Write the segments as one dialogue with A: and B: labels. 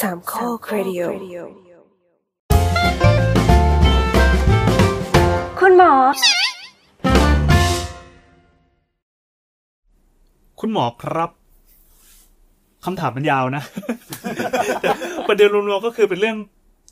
A: สามข้อครดิโอ
B: คุณหมอ
C: คุณหมอครับคำถามมันยาวนะ แต่ประเด็นรวมๆก็คือเป็นเรื่อง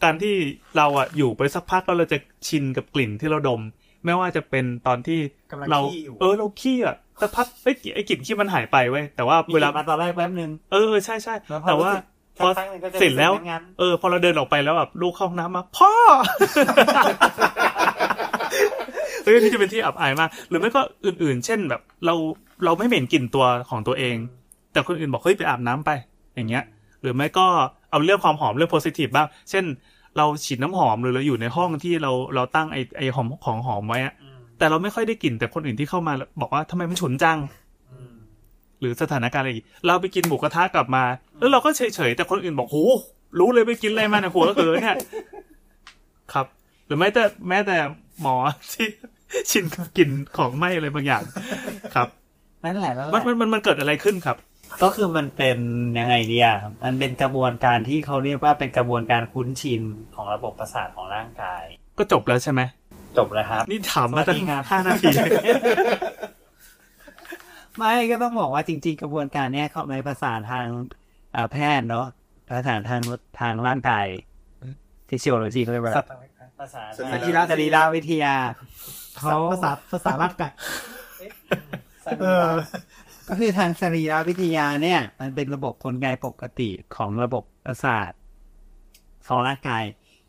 C: การที่เราอะอยู่ไปสักพักแล้วเราจะชินกับกลิ่นที่เราดม ไม่ว่าจะเป็นตอนที่
D: กำลัง
C: เรา
D: ขี้อยู่
C: เออเราขี้อะสักพักไอ้ยไอ้กลิ่นขี้มันหายไปเว้ยแต่ว่า
D: เว
C: เว
D: ลา
C: ลา
D: มาตอนแรกแป๊บนึง
C: เออใช่ใช่
D: แล้วพอ
C: แต่ว่า พอ
D: สักพักหนึ่งก็จะ
C: เสร็จแล้ว
D: รู้สึกงั้น
C: เออ พอเราเดินออกไปแล้วแบบลูกเข้าห้องน้ำมา พ่อ เฮ้ยนี่จะเป็นที่อับอายมาก หรือไม่ก็อื่นๆ เช่นแบบ เราเราไม่เหม็นกลิ่นตัวของตัวเอง แต่คนอื่นบอกเฮ้ยไปอาบน้ำไป อย่างเงี้ย หรือไม่ก็เอาเรื่องความหอมเรื่องโพสิทีฟบ้าง เช่น เราฉีดน้ำหอมหรือเราอยู่ในห้องที่เราเราตั้งไอไอหอมของหอมไว้อะแต่เราไม่ค่อยได้กลิ่นแต่คนอื่นที่เข้ามาบอกว่าทำไมมันฉุนจัง หรือสถานการณ์อะไรอีก เราไปกินหมูกระทะกลับมา แล้วเราก็เฉยๆ แต่คนอื่นบอกโหรู้เลยไปกินอะไรมาเนี่ยหัวเราะเออเนี่ย ครับ หรือแม้แต่แม้แต่หมอที่ ชินกับกลิ่นของไหม้อะไรบาง อย่าง ครับ
D: นั่นแหละแล้วแห
C: มัน
D: ละ
C: มันมันมันเกิดอะไรขึ้นครับ
D: ก็คือมันเป็นยังไงเนี่ยมันเป็นกระบวนการที่เขาเรียกว่าเป็นกระบวนการคุ้นชินของระบบประสาทของร่างกาย
C: ก็จบแล้วใช่ไหม
D: จบแล้วครับ
C: นี่ถามมาตั้ง
D: สวัสดีครับ
C: ห้านาที
D: ไม่ก็ต้องบอกว่าจริงๆ กระบวนการเนี้ยเขาในภาษาทางเอ่อแพทย์เนาะภาษาทางทางร่างกายที่เชียวโลจีเขาเรียกว่าภาษา
E: สรี
D: ทาง
E: ระ
D: สรีระวิทยา
F: เขาภาษาภาษาร่างกายเออ
D: ก็คือทางสรีระวิทยาเนี่ย มันเป็นระบบกลไกปกติของระบบประสาทของร่างกาย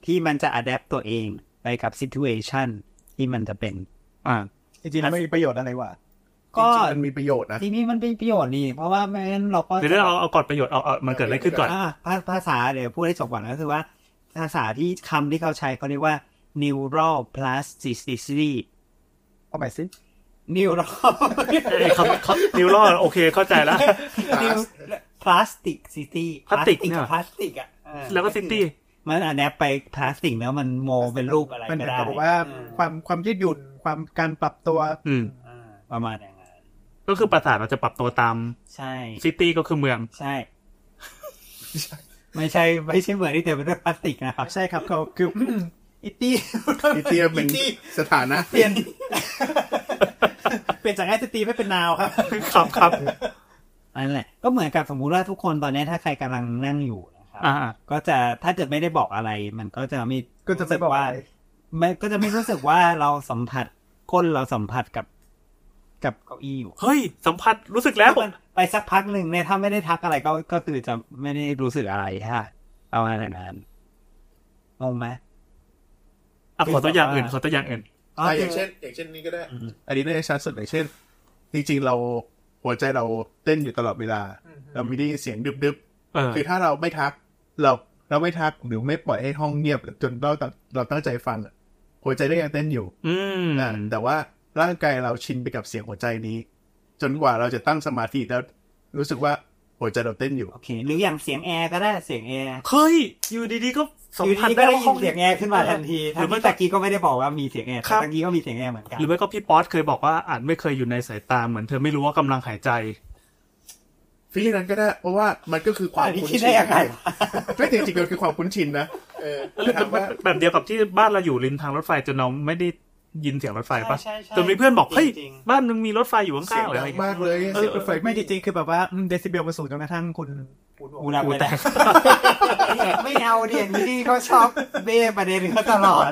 D: ที่มันจะอัดแอปตัวเองไปกับซิทูเอชันที่มันจะเป็น
C: อ่า
E: จริงๆมันมีประโยชน์อะไรวะ
D: ก็
E: จริงๆมันมีประโยชน์นะ
D: ทีนี้มันเป็นประโยชน์นี่เพราะว่าไม่งั้นเราก็
C: เดี๋ยวเราเอาก่อนประโยชน์เอาเอามันเกิดอะไรขึ้นก่อน
D: อ่าภาภาษาเดี๋ยวพูดให้จบก่อนก็คือว่า ภาษาที่คำที่เขาใช้เขาเรียกว่า neural plasticity
E: เอาใหม่สิ
D: neural
C: เอ้ยเขาเขานิวรอดโอเคเข้าใจแล้ว
D: Neu- plasticity
C: Plastic เนี่ย
D: พลาสติกอ่ะเออ
C: แล้วก็ซิตี้
D: มันอันแนบไปพลาสติกแล้วมันโมเป็นรูปอะไร
F: มัน
D: ก็
F: เหมือน
D: ได้
F: กับว่าความความยืดหยุ่นความการปรับตัว
C: อืม
D: อ่าประมาณอย่างนั้น
C: ก็คือประสาทเราจะปรับตัวตาม
D: ใช่
C: ซิตี้ก็คือเมือง
D: ใช่ ไม่ใช่ ไม่ใช่เหมือนที่เต็มไปด้วยพลาสติกนะครับ
F: ใช่ครับเขาคืออืม อิตตี้
E: อีเตียเป็นสถานะ
F: เปลี่ยน เปลี่ยนจากแอสตีไม่เป็นนาวครับ
C: ครับครับ
D: อันนั้นแหละก็เหมือนกับสมมุติว่าทุกคนตอนนี้ถ้าใครกำลังนั่งอยู่นะครั
C: อ่า
D: ก็จะถ้าเกิดไม่ได้บอกอะไร มันก็จะไม่
F: ก็จะไม่บอกอะไร
D: รู้สึว่าไม่ก็จะไม่รู้สึกว่าเราสัมผัสก้นเราสัมผัสกับ กับเก้าอี้อยู่
C: เฮ้ย สัมผัสรู้สึกแล้ว
D: ไปสักพักหนึ่งเนี่ยถ้าไม่ได้ทักอะไรก็ก็คือจะไม่ได้รู้สึกอะไรฮะเอาอะไรนั้นงงไหม
C: อ่ะขอตัวอย่างอื่น
D: อ่า
C: ขอตัวอย่างอื่น
E: อ่ะอย่างเช่น อย่างเช่นนี้ก็ได้ อันนี้ได้ชัดสุดอย่างเช่น จริงๆ เราหัวใจเราเต้นอยู่ตลอดเวลา เราไม่ได้ยินเสียงดึบ
C: เออ
E: ๆ คือถ้าเราไม่ทัก เราเราไม่ทักหรือไม่ปล่อยให้ห้องเงียบ จนเราตั้งเราตั้งใจฟังอะหัวใจก็ยังเต้นอยู่
C: อืม
E: อ่ะแต่ว่าร่างกายเราชินไปกับเสียงหัวใจนี้ จนกว่าเราจะตั้งสมาธิแล้วรู้สึกว่าหัวใจเราเต้นอยู่
D: โอเค หรืออย่างเสียงแอร์ก็ได้เสียงแอร์
C: เฮ้ย อยู่ดีๆก็สัม
D: อยู่
C: ผัส
D: ดีๆก็
C: ได้
D: ได้
C: ว่า
D: ยิ
C: ห้อน ง
D: เสียงแอร์ขึ้นมาทันที
C: หรือไม่
D: ที่ตะกี้ก็ไม่ได้บอกว่ามีเสียงแอร์
C: ครับ
D: ตะกี้ก็มีเสียงแอร์เหมือนกัน
C: หรือไม่ก็พี่ป๊อตเคยบอกว่าอาจไม่เคยอยู่ในสายตาเหมือนเธอไม่รู้ว่ากำลังหายใจ
E: ฟีลลิ่งนั้นก็ได้ เพราะว่ามันก็คือความ
D: อันนี้
E: คุ้น
D: คิด
E: ชิ
D: ได้
E: น
D: ยังไงวะ
E: ไม่แต่จริงๆมันคือความคุ้นชินนะเออแต่ถามว่า
C: แบบเดียวกับที่บ้านเราอยู่ริมทางรถไฟจนเราไม่ได้ยินเสียงรถไฟปะ
D: ใช่ใช่ใช่
C: จนมีเพื่อนบอกเฮ้ย
D: จริงๆ
C: บ้านมึงมีรถไฟอยู่ข้าง
E: เสีย
C: ๆ
E: ง
C: เหรอ
E: ดั
C: อะไร
E: ง
C: เงี้ย
E: มากเลย
C: เออ
E: เสียงรถไฟ
F: ไม่จริงๆคือแบบว่าอืมเดซิเบลมาสูงจนกระทั่งคุณ
D: กูรับ
C: กู
D: ไม่
C: แต
D: ได้
C: ก
D: ไม่เอาเดียนที่เขาชอบเบ้ประเด็นเขาตลอด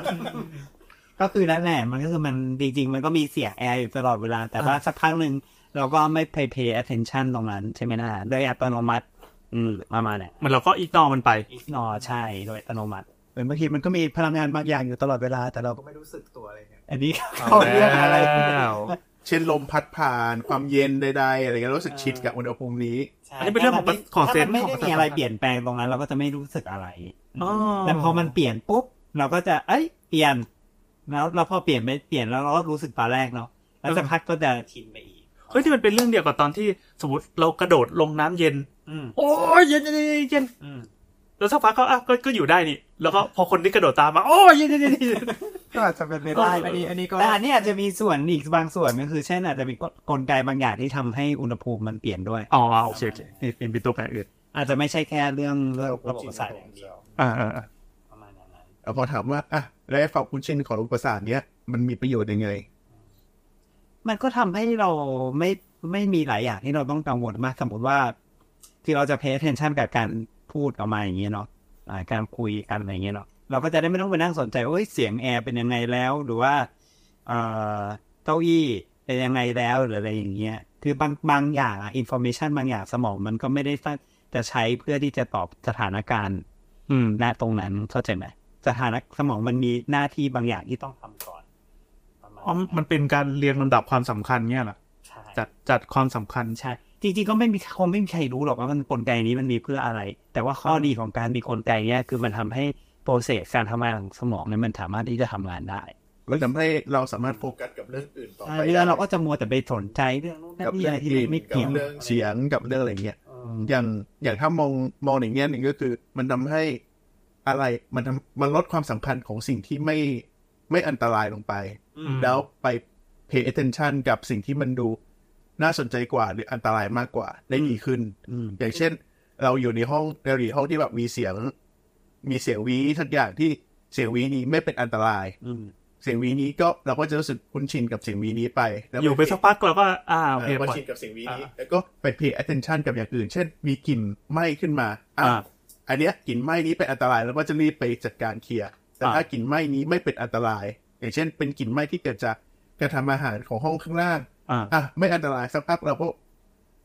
D: ก็คือนั่นแหละมันก็คือมันจริง ๆ มันก็มีเสียงแอร์อยู่ตลอดเวลา แต่ว่าสักพักหนึ่งเราก็ไม่ pay pay attention ตรงนั้น ใช่ไหมนะโดยอัตโนมัติ อืมประมาณเนี่ย
C: เหมันเราก็อีกนอมันไป
D: นอใช่โดยอัตโนมัติ
F: เหมือนบางทีมันก็มีพลังงานบางอย่างอยู่ตลอดเวลา แต่เราก็ไม่รู้สึกตัวอะไรเงี้ย
D: อันนี้เขาเรียกอะไร
C: แล้ว
E: เช่นลมพัดผ่านความเย็นใดๆอะไรเงี้ยรู้สึกชิดกับอุณหภูมินี้
D: ใช่
C: อันนี้เป็นเรื่องของของเซนส์
D: ถ้ามัไม่
C: ของเซน
D: ได้
C: ส์
D: มีอะไรเปลี่ยนแปลงตรงนั้น เราก็จะไม่รู้สึกอะไร
C: อ๋อ
D: แต่พอมันเปลี่ยนปุ๊บ เราก็จะเอ้ยเปลี่ยน แล้วเราพอเปลี่ยนไปเปลี่ยนแล้วเราก็รู้สึกตอนแรกเนาะแล้วสักพักก็จะชินไปอีก
C: เฮ้ยที่มันเป็นเรื่องเดียวกับตอนที่สมมติเรากระโดดลงน้ำเย็น
D: อืม
C: โอ้ยเย็นเย็นเย็นเย็น
D: อืม
C: แล้วสักพักก็อ่ะก็ก็อยู่ได้นี่ แล้วก็พอคนที่กระโดดตามมา โอ้ยนี่นี่นี่
F: ก็อาจจะเป็นไปได้อันนี้อันนี้ก็
D: แต่อันนี้อาจจะมีส่วนอีกบางส่วนก็คือเช่นอาจจะมีกลไกบางอย่างที่ทำให้อุณหภูมิมันเปลี่ยนด้วย
C: อ๋อโอเคโอเคนี่เป็นเป็นตัวแปรอื่น
D: อาจจะไม่ใช่แค่เรื่องระบบประสาทอย่างเดียว
E: อ่าอ่าอ่า
D: ประมาณอย่างนั้น
E: แล้วพอถามว่าอ่ะแล้วไอ้ฝั่งคุ้นชินของระบบประสาทเนี้ยมันมีประโยชน์ยังไง
D: มันก็ทำให้เราไม่ไม่มีหลายอย่างที่เราต้องกังวลมาก สมมติว่า ที่เราจะ pay attention กับการพูดออกมาอย่างเงี้ยเนาะอ่าการคุยกันอะไรอย่างเงี้ยเนาะเราก็จะได้ไม่ต้องไปนั่งสนใจว่าเอ้ยเสียงแอร์เป็นยังไงแล้ว หรือว่าเอ่อเก้าอี้เป็นยังไงแล้วหรืออะไรอย่างเงี้ย คือบางบางอย่างอะ information บางอย่างสมองมันก็ไม่ได้สร้างจะใช้เพื่อที่จะตอบสถานการณ์ อืมณตรงนั้นเข้าใจไหมสถานะสมองมันมีหน้าที่บางอย่างที่ต้องทำก่อนประมาณ
C: อ๋อมันเป็นการเรียงลำดับความสำคัญเนี่ยเหรอ
D: ใช่
C: จัดจัดความสำคัญ
D: ใช่ จริงๆก็ไม่มีคงไม่มีใครรู้หรอกว่ามันกลไกนี้มันมีเพื่ออะไร แต่ว่าข้อดีของการมีกลไกเนี้ยคือมันทำให้โปรเซสการทำงานของสมองเนี่ยมันสามารถที่จะทำงานได้
E: แล้วทำให้เราสามารถโฟ
A: โฟ
E: กัส
A: กัสกับเรื่องอื่นต่อ
D: ใช่
A: ไป
D: เวลาเราก็จะมัวแต่ไปสนใจเรื่องนู้น
E: กับ
D: เรื่
E: เรื่
D: อ
E: องง
D: ที่
E: กลิ่น
D: ไม่
E: กับ
D: เกี่ยว
E: เรื่องเสียงกับเรื่องอะไรเงี้ยอย่างอย่างถ้ามองมองอย่างเงี้ยหนึ่งก็คือ มันทำให้อะไรมันทำมันลดความสำคัญของสิ่งที่ไม่ไม่อันตรายลงไป แล้วไป pay attention กับสิ่งที่มันดูน่าสนใจกว่าหรืออันตรายมากกว่าได้ดีขึ้น
D: อืม
E: อย่างเช่น เราอยู่ในห้องในหรือห้องที่แบบมีเสียง มีเสียงหวีทักอย่างที่เสียงหวีนี้ไม่เป็นอันตราย
D: อืม
E: เสียงหวีนี้ก็เราก็จะรู้สึกคุ้นชินกับเสียงหวีนี้ไปแล้ว
C: อยู่ไปสักพักเราก็อ่าโอเค
A: เออมา
C: ปล่อย
A: ชินกับสิ่งวีนี้
E: แล้วก็ไป pay attention กับอย่างอื่น เช่น มีกลิ่นไหม้ขึ้นมาอ่ะ
C: อ่า
E: อันเนี้ยกลิ่นไหม้นี้เป็นอันตราย แล้วก็จะรีบไปจัดการเคลียร์แต่ถ้ากลิ่นไหม้นี้ไม่เป็นอันตราย อย่างเช่น เป็นกลิ่นไหม้ที่เกิดจากการทำอาหารของห้องข้างล่าง
C: อ่า
E: อ่ะไม่อันตรายสักพักเราก็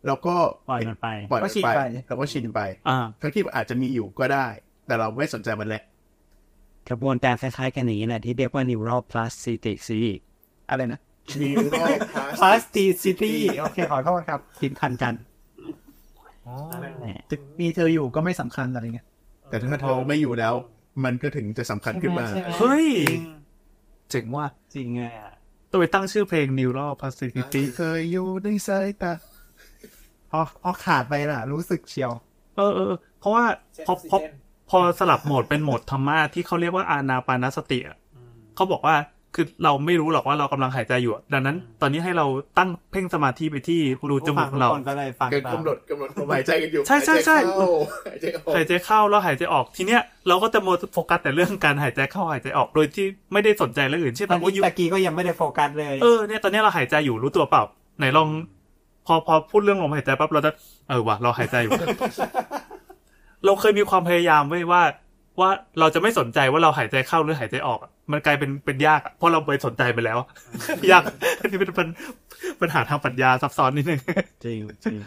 E: เราก็
D: ปล่อยมันไป
E: ปล่อย
F: ก็
E: มัน
F: ชิน
E: ไป
F: ไป
E: เราก็ชินไป
C: อ่า
E: ทั้งที่อาจจะมีอยู่ก็ได้ แต่เราไม่สนใจมันแหละ
D: กระบวนการคล้ายๆกันอย่างนี้แหละที่เรียกว่า neural plasticity อะไรนะ
A: มีรอบพาส
D: plasticity โอเคขอโทษครับทิมทันกันแหม
F: ถึงมีเธออยู่ก็ไม่สำคัญอะไรเงี้ย
E: แต่ถ้าทองไม่อยู่แล้ว มันก็ถึงจะสำคัญขึ้นมา
C: เฮ้ย เจ๋งว่ะ
D: จริงไงอะ
C: ตัวไปตั้งชื่อเพลง Neural Plasticity
E: เคยอยู่ในสายตา
F: พอพอขาดไปล่ะ รู้สึกเชียว
C: เออเออเออเพราะว่าพอพอพอสลับโหมดเป็นโหมดธรรมะที่เขาเรียกว่าอานาปานสติอะเขาบอกว่าคือเราไม่รู้หรอกว่าเรากำลังหายใจอยู่อะดังนั้น ตอนนี้ให้เราตั้งเพ่งสมาธิไปที่รูจมูกของเรา
D: ผู้ฟังทุคนก็เลยฟัง
A: กำกำหนดกำหนดลมหายใจกันอยู่
C: ใช่ใช่ใช่
A: หายจเข้าหายใจออก
C: หายใจเข้าแล้วหายใจออกทีเนี้ยเราก็จะโมวโฟกัสแต่เรื่องการหายใจเข้าหายใจออกโดยที่ไม่ได้สนใจเรื่องอื่นเช่น
D: ตอ
C: แบ
D: น
C: บว่าอ
D: นี้
C: ยู่
D: ตะกี้ก็ยังไม่ได้โฟกัสเลย
C: เออเนี่ยตอนเนี้ยเราหายใจอยู่รู้ตัวเปล่าไหนลอง พอพอพูดเรื่องลมหายใจปั๊บเราจะเออว่ะเราหายใจอยู่ เราเคยมีความพยายามไว้ยว่า ว่าเราจะไม่สนใจว่าเราหายใจเข้าหรือหายใจออกอะมันกลายเป็นเป็นยากอะเพราะเราไปสนใจไปแล้วอะ ยากอันนี้เป็นปัญปัญหาทางปรัชญาซับซ้อนนิดนึง
D: จริงจริง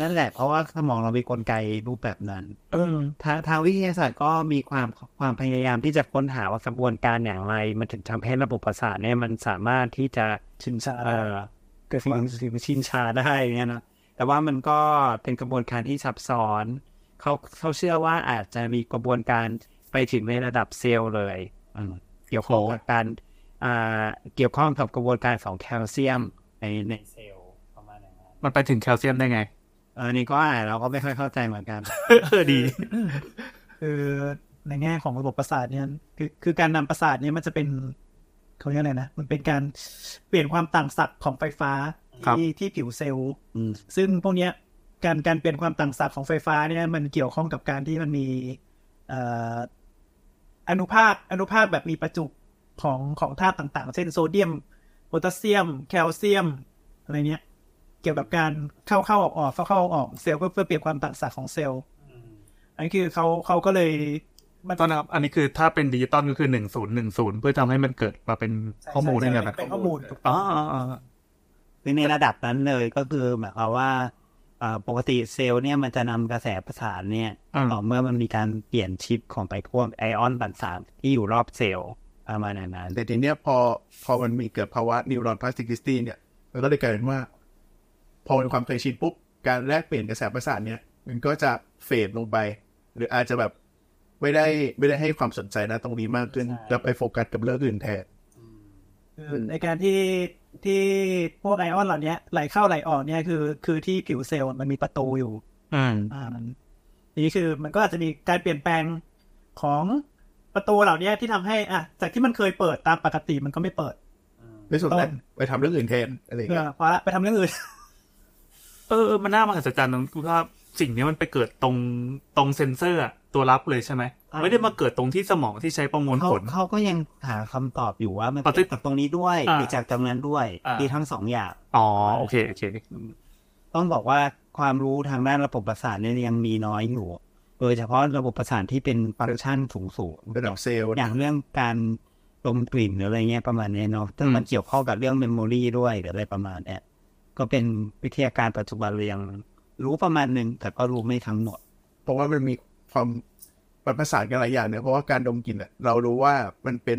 D: นั่นแหละ เพราะว่าสมองเรามีกลไกรูปแบบนั้น
C: เออ
D: ทางทางวิทยาศาสตร์ก็มีความความพยายามที่จะค้นหาว่ากระบวนการอย่างไร มันถึงทำให้ระบบประสาทเนี่ยมันสามารถที่จะชินชาเออเกิดความชินชาได้เนี่ยนะแต่ว่ามันก็เป็นกระบวนการที่ซับซ้อนเขาเขาเชื่อว่าอาจจะมีกระบวนการไปถึงในระดับเซลล์เลยอืมเกี่ยวข้องกับการอ่าเกี่ยวข้องกับกระบวนการของแคลเซียมในในเซลล์ประมาณนั้น
C: มันไปถึงแคลเซียมได้ไง
D: เออนี่ก็อ่านเราก็ไม่ค่อยเข้าใจเหมือนกัน
C: เออดี
F: คือในแง่ของระบบประสาทเนี่ยคือคือการนำประสาทเนี่ยมันจะเป็นเขาเรียกอะไรนะ มันเป็นการเปลี่ยนความต่างศักย์ของไฟฟ้า
C: ครับ
F: ที่ที่ผิวเซลล์
D: อืม
F: ซึ่งพวกเนี้ยการการเปลี่ยนความต่างศักย์ของไฟฟ้าเนี่ยมันเกี่ยวข้องกับการที่มันมีเอ่ออนุภาคอนุภาคแบบมีประจุของของธาตุต่างๆ เช่นโซเดียมโพแทสเซียม แคลเซียมอะไรเนี้ยเกี่ยวกับการเข้าเข้าออกออกเข้าเข้าออกออกเซลล์ก็เพื่อเปลี่ยนความต่างศักย์ของเซลล์อันนี้คือเขาเขาก็เลยมัน
C: ตอนนะครับอันนี้คือถ้าเป็นดิจิตอลก็คือหนึ่งศูนย์หนึ่งศูนย์เพื่อทำให้มันเกิดมาเป็นข้อมูลได้ไงแบบ
F: เป็นข้อมูล
C: อ๋ออ๋ออ๋อ
D: คือในระดับนั้นเลยก็คือหมายความว่าเอ่อปกติเซลล์เนี่ยมันจะนำกระแสประสาทเนี่ย
C: อ่า
D: ต่อเมื่อมันมีการเปลี่ยนชิปของไปพวกไอออนต่างๆที่อยู่รอบเซลล์ประมาณนั้น
E: แต่ทีเนี้ยพอพอมันมีเกิดภาวะนิวรอนพลาสติกิสตีเนี่ยมันก็เลยกลายเป็นว่า พอมีความเคยชินปุ๊บการแลกเปลี่ยนกระแสประสาทเนี่ย มันก็จะเฟดลงไป หรืออาจจะแบบไม่ได้ไม่ได้ให้ความสนใจนะตรงนี้มากขึ้นแล้วไปโฟกัสกับเรื่องอื่นแทน
F: คือในการที่ที่พวกไอออนเหล่านี้ไหลเข้าไหลออกเนี่ยคือคือที่ผิวเซลล์มันมีประตูอยู่
C: อืม
F: อ่ามันนี่คือมันก็อาจจะมีการเปลี่ยนแปลงของประตูเหล่านี้ที่ทำให้อ่ะจากที่มันเคยเปิดตามปกติมันก็ไม่เปิด
E: ในส่วนแรกไปทำเรื่องอื่นแทนอะไรอย่าง
F: เพื่อ
E: เงี้ย
F: พอละไปทำเรื่องอื่น
C: เออเออมันน่ามหัศจรรย์ตรงที่ว่า สิ่งเนี้ยมันไปเกิดตรงตรงเซนเซอร์อะตัวรับเลยใช่ไหม
D: อ่า
C: ไม่ได้มาเกิดตรงที่สมองที่ใช้ประมวล
D: เขา
C: ผล
D: เขาก็ยังหาคำตอบอยู่ว่ามัน
C: ปฏิ
D: เกิดจากตรงนี้ด้วย
C: อ่า
D: หรือจากตรงนั้นด้วย
C: อ่า
D: มีทั้งสองอย่าง
C: อ๋อโอเคโอเค
D: ต้องบอกว่าความรู้ทางด้านระบบประสาทเนี่ยยังมีน้อยอยู่โดยเฉพาะระบบประสาทที่เป็นฟังก์ชันสูงสูง
E: ระดับเซลล์
D: ๆอย่างเรื่องการดมกลิ่นหรืออะไรเงี้ยประมาณเนี้ยเนาะซึ่งมันเกี่ยวข้องกับเรื่องเมมโมรีด้วยหรืออะไรประมาณเนี้ยก็เป็นวิทยาการปัจจุบันเรายังรู้ประมาณหนึ่งแต่ก็รู้ไม่ทั้งหมด
E: เพราะว่ามันมีความมันประสานกันหลายอย่างเนี่ยเพราะว่าการดมกลิ่นอะเรารู้ว่ามันเป็น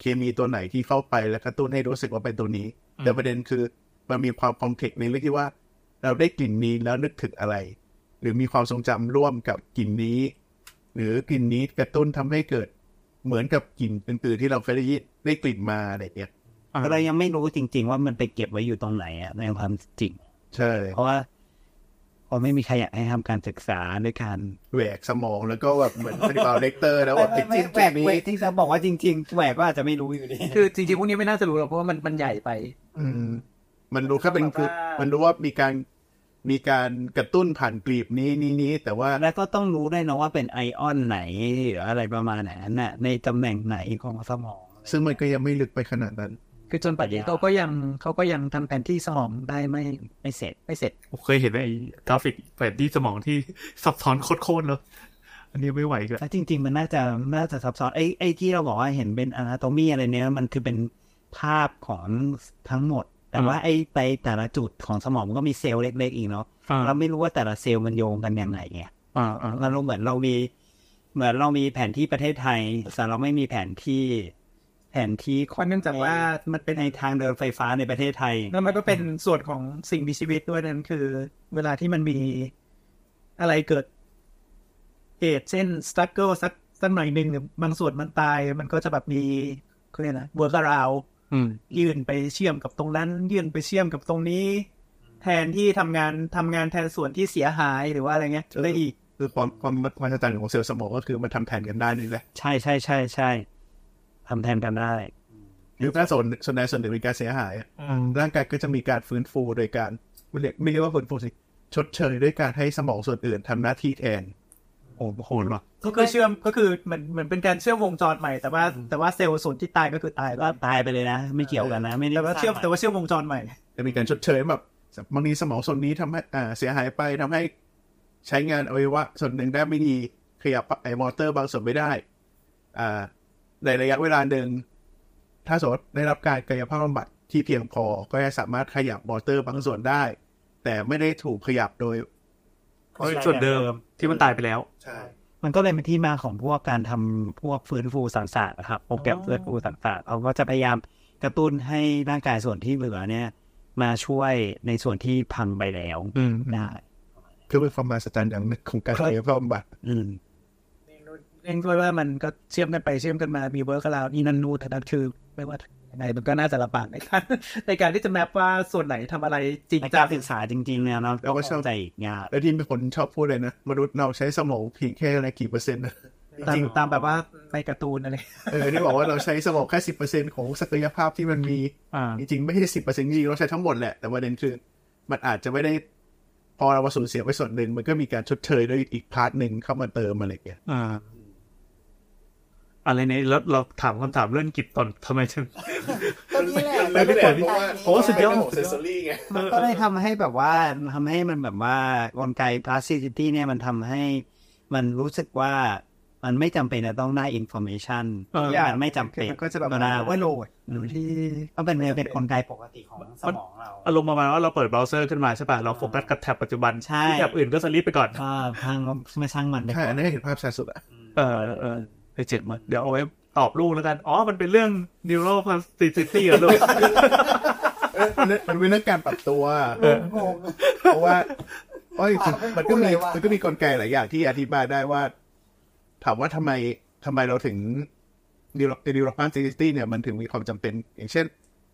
E: เคมีตัวไหนที่เข้าไปแล้วกระตุ้นให้รู้สึกว่าเป็นตัวนี้
C: อืม
E: แต่ประเด็นคือมันมีความคอมเพล็กซ์ในเรื่องที่ว่า เราได้กลิ่นนี้แล้วนึกถึงอะไร หรือมีความทรงจำร่วมกับกลิ่นนี้ หรือกลิ่นนี้กระตุ้นทำให้เกิดเหมือนกับกลิ่นอื่นๆที่เราเคยได้ยินได้กลิ่นมาอะไรเนี่ย
C: อ่า
D: เรายังไม่รู้จริง ๆ ว่ามันไปเก็บไว้อยู่ตรงไหนอะในความจริง
E: ใช่
D: เพราะว่าเพราะไม่มีใครอยากให้ทำการศึกษาด้วยการ
E: แหวกสมองแล้วก็แบบเหมือนเป็นบาเลกเตอร์แล้วแบบติดจิ้ม
D: แหว
E: จุด
D: ก
E: นี้
D: เวกที่จะบอกว่าจริงๆแหวกก็อาจจะไม่รู้อยู่ดี
B: คือจริงๆพวกนี้ไม่น่าจะรู้หรอกเพราะว่ามันมันใหญ่ไป
E: อืมมันรู้แค่เป็นคือมันรู้ว่ามีการมีการกระตุ้นผ่านกลีบนี้นี้นี้แต่ว่า
D: แล้วก็ต้องรู้ได้วยนะว่าเป็นไอออนไหนหรืออะไรประมาณนั้นน่ะ ในตำแหน่งไหนของสมอง
E: ซึ่งมันก็ยังไม่ลึกไปขนาดนั้น
B: คือจนปัจจุบันเขาก็ยังเขาก็ยังทำแผนที่สมองได้ไม่
D: ไม่เสร็จ
B: ไม่เสร็จ
C: ผมเคยเห็นไอ้กราฟิกแผนที่สมองที่ซับซ้อนโคตรๆเลยอันนี้ไม่ไหวอีกัน
D: แล้วจริง ๆ มันน่าจะน่าจะซับซ้อนไอ้ไอ้ที่เราบอกว่าเห็นเป็นอนาโตมีอะไรเนี้ยมันคือเป็นภาพของทั้งหมด แต่ว่าไอ้ไปแต่ละจุดของสมองมันก็มีเซลล์เล็กๆอีกเนาะ
C: อ่า
D: เราไม่รู้ว่าแต่ละเซลล์มันโยงกันอย่างไรไง
C: อ่าอ่า
D: เราเหมือนเรามีเหมือนเรามีแผนที่ประเทศไทยแต่เราไม่มีแผนที่ แผนที่
F: เพราะเนื่องจากว่า
D: มันเป็นในทางเดินไฟฟ้าในประเทศไทย
F: แล้วมันก็เป็นส่วนของสิ่งมีชีวิตด้วยนั่นคือ เวลาที่มันมีอะไรเกิดเหตุเช่นสตั๊กเกิลสักสักหน่อยหนึ่งหรือบางส่วนมันตาย มันก็จะแบบมีเขาเรียกนะเวอร์การาว
C: อืม
F: ยื่นไปเชื่อมกับตรงนั้น ยื่นไปเชื่อมกับตรงนี้ แทนที่ทำงานทำงานแทนส่วนที่เสียหายหรือว่าอะไรเงี้ยได้อีก
E: คือความความความจันของเซลล์สมองก็คือมันทำแทนกันได้นี่แหละ
D: ใช่ใช่ใช่ใช่ทำแทนกันได้
E: หรือถ้าส่วนส่วนใดส่วนหนึ่งมีการเสียหายอะร่างกายก็จะมีการฟื้นฟูโดยการไม่เรียกไม่เรียกว่าฟื้นฟูสิชดเชยด้วยการให้สมองส่วนอื่นทำหน้าที่แทน
C: โอ้โหดว่ะ
F: ก็คือเชื่อมก็คือเหมือนเหมือนเป็นการเชื่อมวงจรใหม่แต่ว่าแต่ว่าเซลล์ส่วนที่ตายก็คือตาย
D: ก็
F: ก็
D: ตายไปเลยนะ ไม่เกี่ยวกันนะ ไม่ได้
F: แต่ว่าเชื่อม
D: ส
F: แต่
D: ร้าง
F: ว่าเชื่อมวงจรใหม่
E: จะมีการชดเชยแบบบางทีสมองส่วนนี้ทำให้อ่าเสียหายไปทำให้ใช้งานอวัยวะส่วนหนึ่งได้ไม่ดีขยับไอ้มอเตอร์บางส่วนไม่ได้ อ่าในระยะเวลาหนึ่งถ้าสมมติได้รับการกายภาพบำบัดที่เพียงพอก็จะสามารถขยับมอเตอร์บางส่วนได้ แต่ไม่ได้ถูกขยับโดย
C: ส่วนเดิมที่มันตายไปแล้ว
A: ใช่
D: มันก็เลยเป็นที่มาของพวกการทำพวกฟื้นฟูสังสารนะครับโปรแกรมฟื้นฟูสังสารเขาก็จะพยายามกระตุ้นให้ร่างกายส่วนที่เหลือเนี่ย มาช่วยในส่วนที่พังไปแล้ว
C: อืม
D: ได้
E: เพื่อเป็นความมาสตันอย่างหนึ่งของการกายภาพบำบัด
D: อืม
F: เองด้วยว่ามันก็เชื่อมกันไปเชื่อมกันมามีเวิร์กลาวนี่นั่นนู่นแต่นั้นคือไม่ว่ายังไงมันก็น่าจะลำบากในการ ในการที่จะแมปว่าส่วนไหนทำอะไรจริง
D: ใน
F: จั
D: กาง รศึกษาจริงๆเนี่ยเนาะเราก็เข้าใจอีกงาน
E: แล้วที่มีคนชอบพูดเลยนะ มนุษย์เราใช้สมองเพียงแค่ในกี่เปอร์เซ็นต์นะ
F: ตามตามแบบว่าในการ์ตูนอะไร
E: เออที่บอกว่าเราใช้สมองแค่สิบเปอร์เซ็นต์ของศักยภาพที่มันมี
C: อ่า
E: จริงๆไม่ใช่สิบเปอร์เซ็นต์จริงๆเราใช้ทั้งหมดแหละ แต่ประเด็นคือ มันอาจจะไม่ได้ พอเรามาสูญเสียไปส่วนหนึ่ง มันก็มีการชดเชยด้วยอีกพาร์ทหนึ่งเข้ามาเติมอะไรอย่างเงี้ย
C: อ่า อะไรเนี่ยแล้วเราถามคำถามเรื่องกิจตอนทำไมถึง
A: ก็นี่แหละไม่ได้ผลเพราะว่า
C: โอ้สุดยอด
A: เซนซอรี่ไง
D: มันก็ได้ทำให้แบบว่าทำให้มันแบบว่ากลไก plasticity เนี่ยมันทำให้ มันรู้สึกว่ามันไม่จำเป็นจะต้องได้ information
C: เออ
D: มันไม่จำเป็น
F: มันก็จะแบบ
D: ได้
F: ว่าโหลด
D: หรือที่ก็เป็นเป็นกลไกปกติของสมองเรา
C: อารมณ์ประมาณว่าเราเปิดเบราว์เซอร์ขึ้นมาใช่ป่ะ เราโฟกัสกับแท็บปัจจุบัน
D: ใช่
C: ที่แท็บอื่นก็สลิปไปก่อน
D: ก็พังไม่ช่างมันไป
E: ใช่อันนี้เห็นภาพชัดสุดอะ
C: เออเออไปเจ็บมันเดี๋ยวเอาไว้ตอบลูกแล้วกัน อ๋อ มันเป็นเรื่อง neuroplasticity เหรอลู ก
E: เออมันเป็นมันเป็นเรื่องการปรับตัว
C: เออ
E: เพราะว่าโอ้ยมันมันก็มีมันก็มีกลไกหลายอย่างที่อธิบายได้ว่า ถามว่าทำไมทำไมเราถึงดีลดีลพันซิตี้เนี่ยมันถึงมีความจำเป็น อย่างเช่น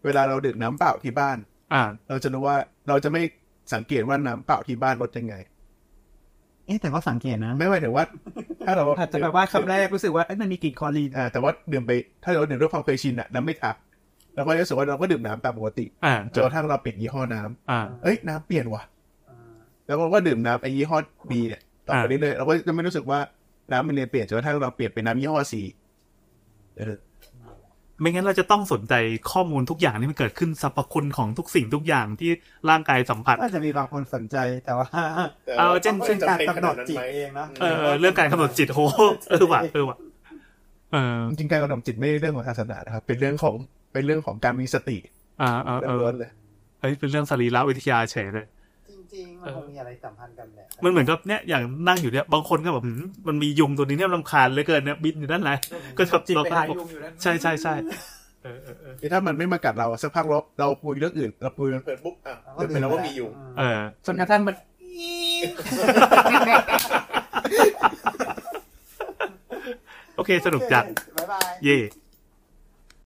E: เวลาเราดื่มน้ำเปล่าที่บ้าน
C: อ่า
E: เราจะรู้ว่าเราจะไม่สังเกตว่าน้ำเปล่าที่บ้านลดยังไง
D: เอ๊ะแต่ก็สังเกตนะ
E: ไม่หมายถึงว่า ถ้าเรา
F: อาจจะแบบว่าคำแรกรู้สึกว่าเอ้ยมันมีกลิ่นคลอรีน
E: อ่าแต่ว่าดื่มไปถ้าเราดื่มด้วยความเคยชินอะน้ำไม่อับเราก็จะรู้สึกว่าเราก็ดื่มน้ำตามปกติ
C: อ่า
E: จนกระทั่งเราเปลี่ยนยี่ห้อน้ำ
C: อ่า
E: เอ้ยน้ำเปลี่ยนว่ะ แล้วเราก็ดื่มน้ำไอ้ยี่ห้อ B เนี่ยต่อไปเรื่อยๆเราก็จะไม่รู้สึกว่าน้ำมันเนี่ยเปลี่ยนจนกระทั่งเราเปลี่ยนเป็นน้ำยี่ห้อ C เออ
C: ไม่งั้นเราจะต้องสนใจข้อมูลทุกอย่างที่มันเกิดขึ้นสรรพคุณของทุกสิ่งทุกอย่างที่ร่างกายสัมผัส
D: ก็จะมีบางคนสนใจแต่ว่า
C: เอาเช่น
A: แต่ว่
D: เช่นการ
A: จำป็
D: กำหนด
A: ขาา
D: จิต
A: ไหม
D: เองนะ
C: เออเรื่องการกำหนดจิตโหเออว่ะเออว่ะเออ
E: จริงๆการกระทำจิตไม่ใช่เรื่องของศาสนานะครับ เป็นเรื่องของเป็นเรื่องของการมีสติ
C: อ่าเออเออ
E: ล้วนๆเลย
C: เฮ้ยเป็นเรื่องสรีระวิทยาเฉยเลย
D: จริงๆมันคงมีอะไรสัมพันธ์กันแหละ
C: มันเหมือนกับเนี่ยอย่างนั่งอยู่เนี่ยบางคนก็แบบหืมมันมียุงตัวนี้เนี่ยรำคาญเหลือเกินเนี่ยบินอยู่ด้าน ไหนก็ชอบ
F: จิต
C: เราก็
F: ไปหายุงอยู่นั้น
C: ใช่ใช่ใช่เออ
E: คือถ้ามันไม่มากัดเราสักพักเราเราคุยเรื่องอื่นเราคุยมัน
A: เปิดปุ๊บอ่ะ
D: ก็
A: เดี๋ยวเป็นแล้วว่ามีอยู่
C: เออ
F: จนกระทั่งมัน
C: โอเคสนุกจัด
D: บ๊ายบาย
C: เย่